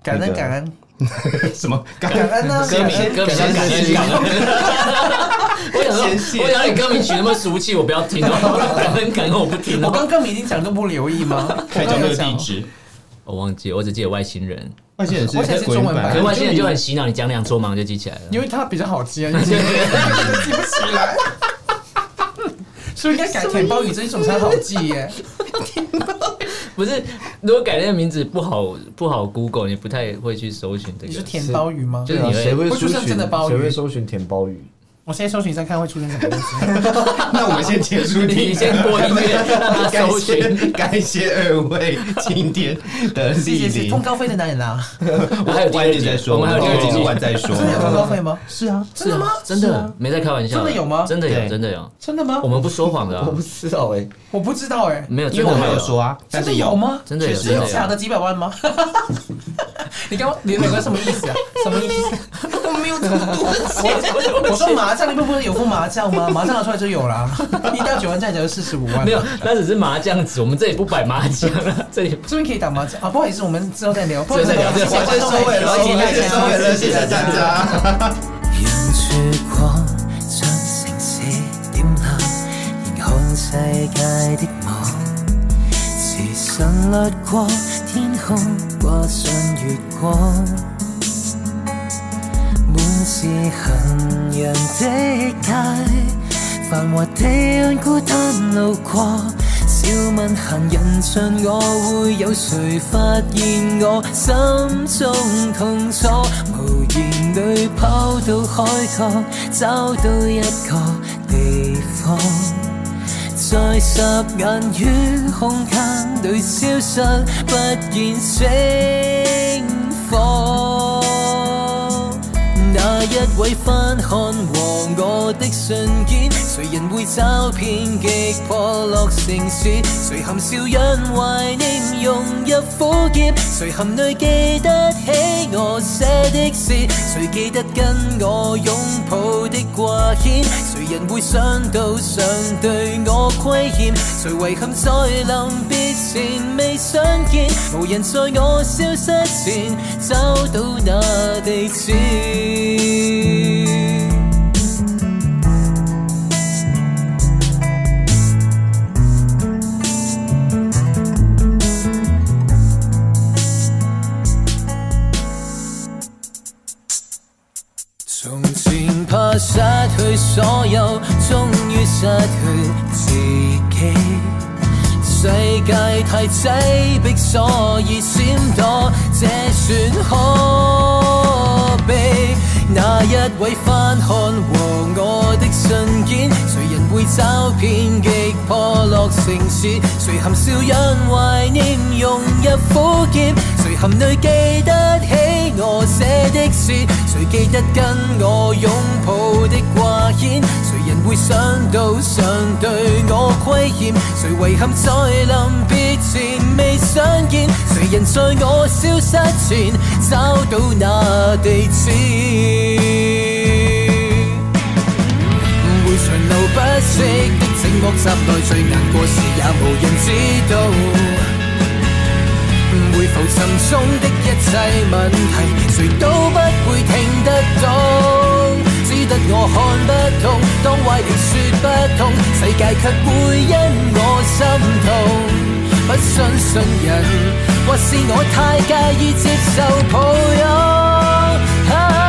Speaker 4: 感
Speaker 1: 那
Speaker 4: 恩
Speaker 1: 个
Speaker 4: 感恩
Speaker 1: 什么感
Speaker 4: 感恩呢？
Speaker 5: 歌名歌名叫《感恩 感恩》。我想
Speaker 1: 先谢
Speaker 5: 说，我想你歌名取那么俗气，我不要听 哦。感恩感恩，我不听
Speaker 4: 我刚
Speaker 5: 哦。
Speaker 4: 歌名已经讲都不留意吗？
Speaker 1: 开张
Speaker 4: 我刚
Speaker 1: 那个
Speaker 4: 有
Speaker 1: 地
Speaker 4: 讲
Speaker 1: 址，
Speaker 5: 我忘记，我只记得外星人，
Speaker 1: 外星人
Speaker 4: 外星人
Speaker 1: 是
Speaker 4: 是中文版
Speaker 5: 可
Speaker 4: 哎
Speaker 5: 是
Speaker 1: 的
Speaker 5: 外星人就很洗脑，你讲两周忙就记起来了。
Speaker 4: 因为它比较好记啊， 记不起 来。是不是应该改甜包鱼这一种才好记耶？
Speaker 5: 不是，如果改那个名字不好不好 Google，你不太会去搜寻这
Speaker 4: 你说
Speaker 5: 个。
Speaker 4: 甜包鱼吗
Speaker 5: 就？是你会
Speaker 3: 谁会
Speaker 4: 会出
Speaker 3: 搜
Speaker 4: 现
Speaker 3: 寻
Speaker 4: 真的鲍鱼
Speaker 3: 谁会搜寻甜鲍鱼？
Speaker 4: 我现在搜寻一下看会出现什么东西。
Speaker 1: 那我们先结束
Speaker 5: 你你
Speaker 1: 听。
Speaker 5: 先播音乐，让他
Speaker 1: 感
Speaker 5: 搜寻。
Speaker 1: 谢感谢二位今天的
Speaker 4: 谢谢
Speaker 1: 莅
Speaker 4: 谢谢，
Speaker 1: 临
Speaker 4: 通，告费在哪里拿？
Speaker 5: 我还有第
Speaker 1: 晚
Speaker 5: 二
Speaker 1: 点
Speaker 5: 集
Speaker 1: 再说，
Speaker 5: 我们还有第二集
Speaker 1: 晚再说。
Speaker 4: 真的有通告费吗？是啊，真的吗？
Speaker 5: 真的没在开玩笑，
Speaker 4: 真的有吗
Speaker 5: 真的有，
Speaker 1: 对
Speaker 5: 真的有。
Speaker 4: 真的吗
Speaker 5: 我？们不说谎 的啊
Speaker 3: 我，不知道哎，
Speaker 4: 我不知道哎，
Speaker 5: 没有，
Speaker 1: 因为
Speaker 5: 真的
Speaker 1: 我没
Speaker 5: 有
Speaker 1: 有说，啊，但
Speaker 4: 真的
Speaker 1: 是
Speaker 4: 有吗？
Speaker 5: 真的有，
Speaker 1: 确实
Speaker 5: 真
Speaker 4: 真
Speaker 5: 的
Speaker 4: 的假
Speaker 5: 有。
Speaker 4: 的几百万吗？ 你刚刚你美国什么意思啊？什么意思？ 我没有这么多我说麻将，你不不是有副麻将 吗？麻将拿出来就有 啦，一到九万加起来就四十五万。
Speaker 5: 没有，那只是麻将纸，我们这里不摆麻将了， 这里
Speaker 4: 这边可以打麻将啊！不好意思，我们之后再聊。不好意思，
Speaker 5: 之后再聊
Speaker 4: 谢谢
Speaker 5: 我
Speaker 1: 先收尾了，
Speaker 4: 谢谢
Speaker 1: 先收尾了，谢谢大家。
Speaker 6: 讓曙光將城市點亮，燃看世界的網。時辰掠過天空，掛上月光，滿是行人的街，繁華地讓孤單路過。笑問行人像我，會有誰發現我心中痛楚？無言裏跑到海角，找到一個地方。在霎眼於空間裏消失，不見星火。那一位翻看和我的信件，誰人會找遍極破落城市？誰含笑因懷念融入苦澀？誰含淚記得起我寫的詩？誰記得跟我擁抱的掛牽？誰人會想到常對我虧欠？誰遺憾在臨別前未相見？無人在我消失前找到那地址。從前怕失去所有，終於失去自己。世界太擠迫，所以閃躲，這算可悲。那一位翻看和我的信件，誰人會找遍極破落城市？誰含笑因懷念融入苦澀？誰含淚記得起我寫的詩？誰記得跟我擁抱的掛牽？誰人會想到常對我虧欠？誰遺憾在臨別前未相見？誰人在我消失前找到那地址？會長路不息的整幕集內最難過時，也無人知道。會浮沉中的一切問題，誰都不會聽得懂。只得我看不懂，當壞了說不通，世界卻會因我心痛。不相信人，或是我太介意接受抱擁。啊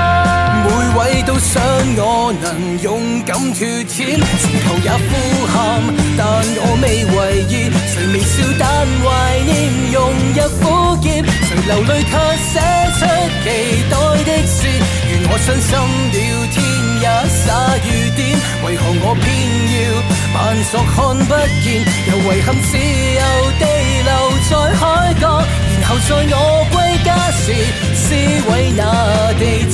Speaker 6: 每位都想我能勇敢脱險，前途也呼喊，但我未為意。誰微笑但懷念融入苦澀，誰流淚卻寫出期待的詩。願我傷心了天也灑雨點，為何我偏要扮作看不見？又遺憾自由地留在海角，然後在我歸家時，撕毀那地址。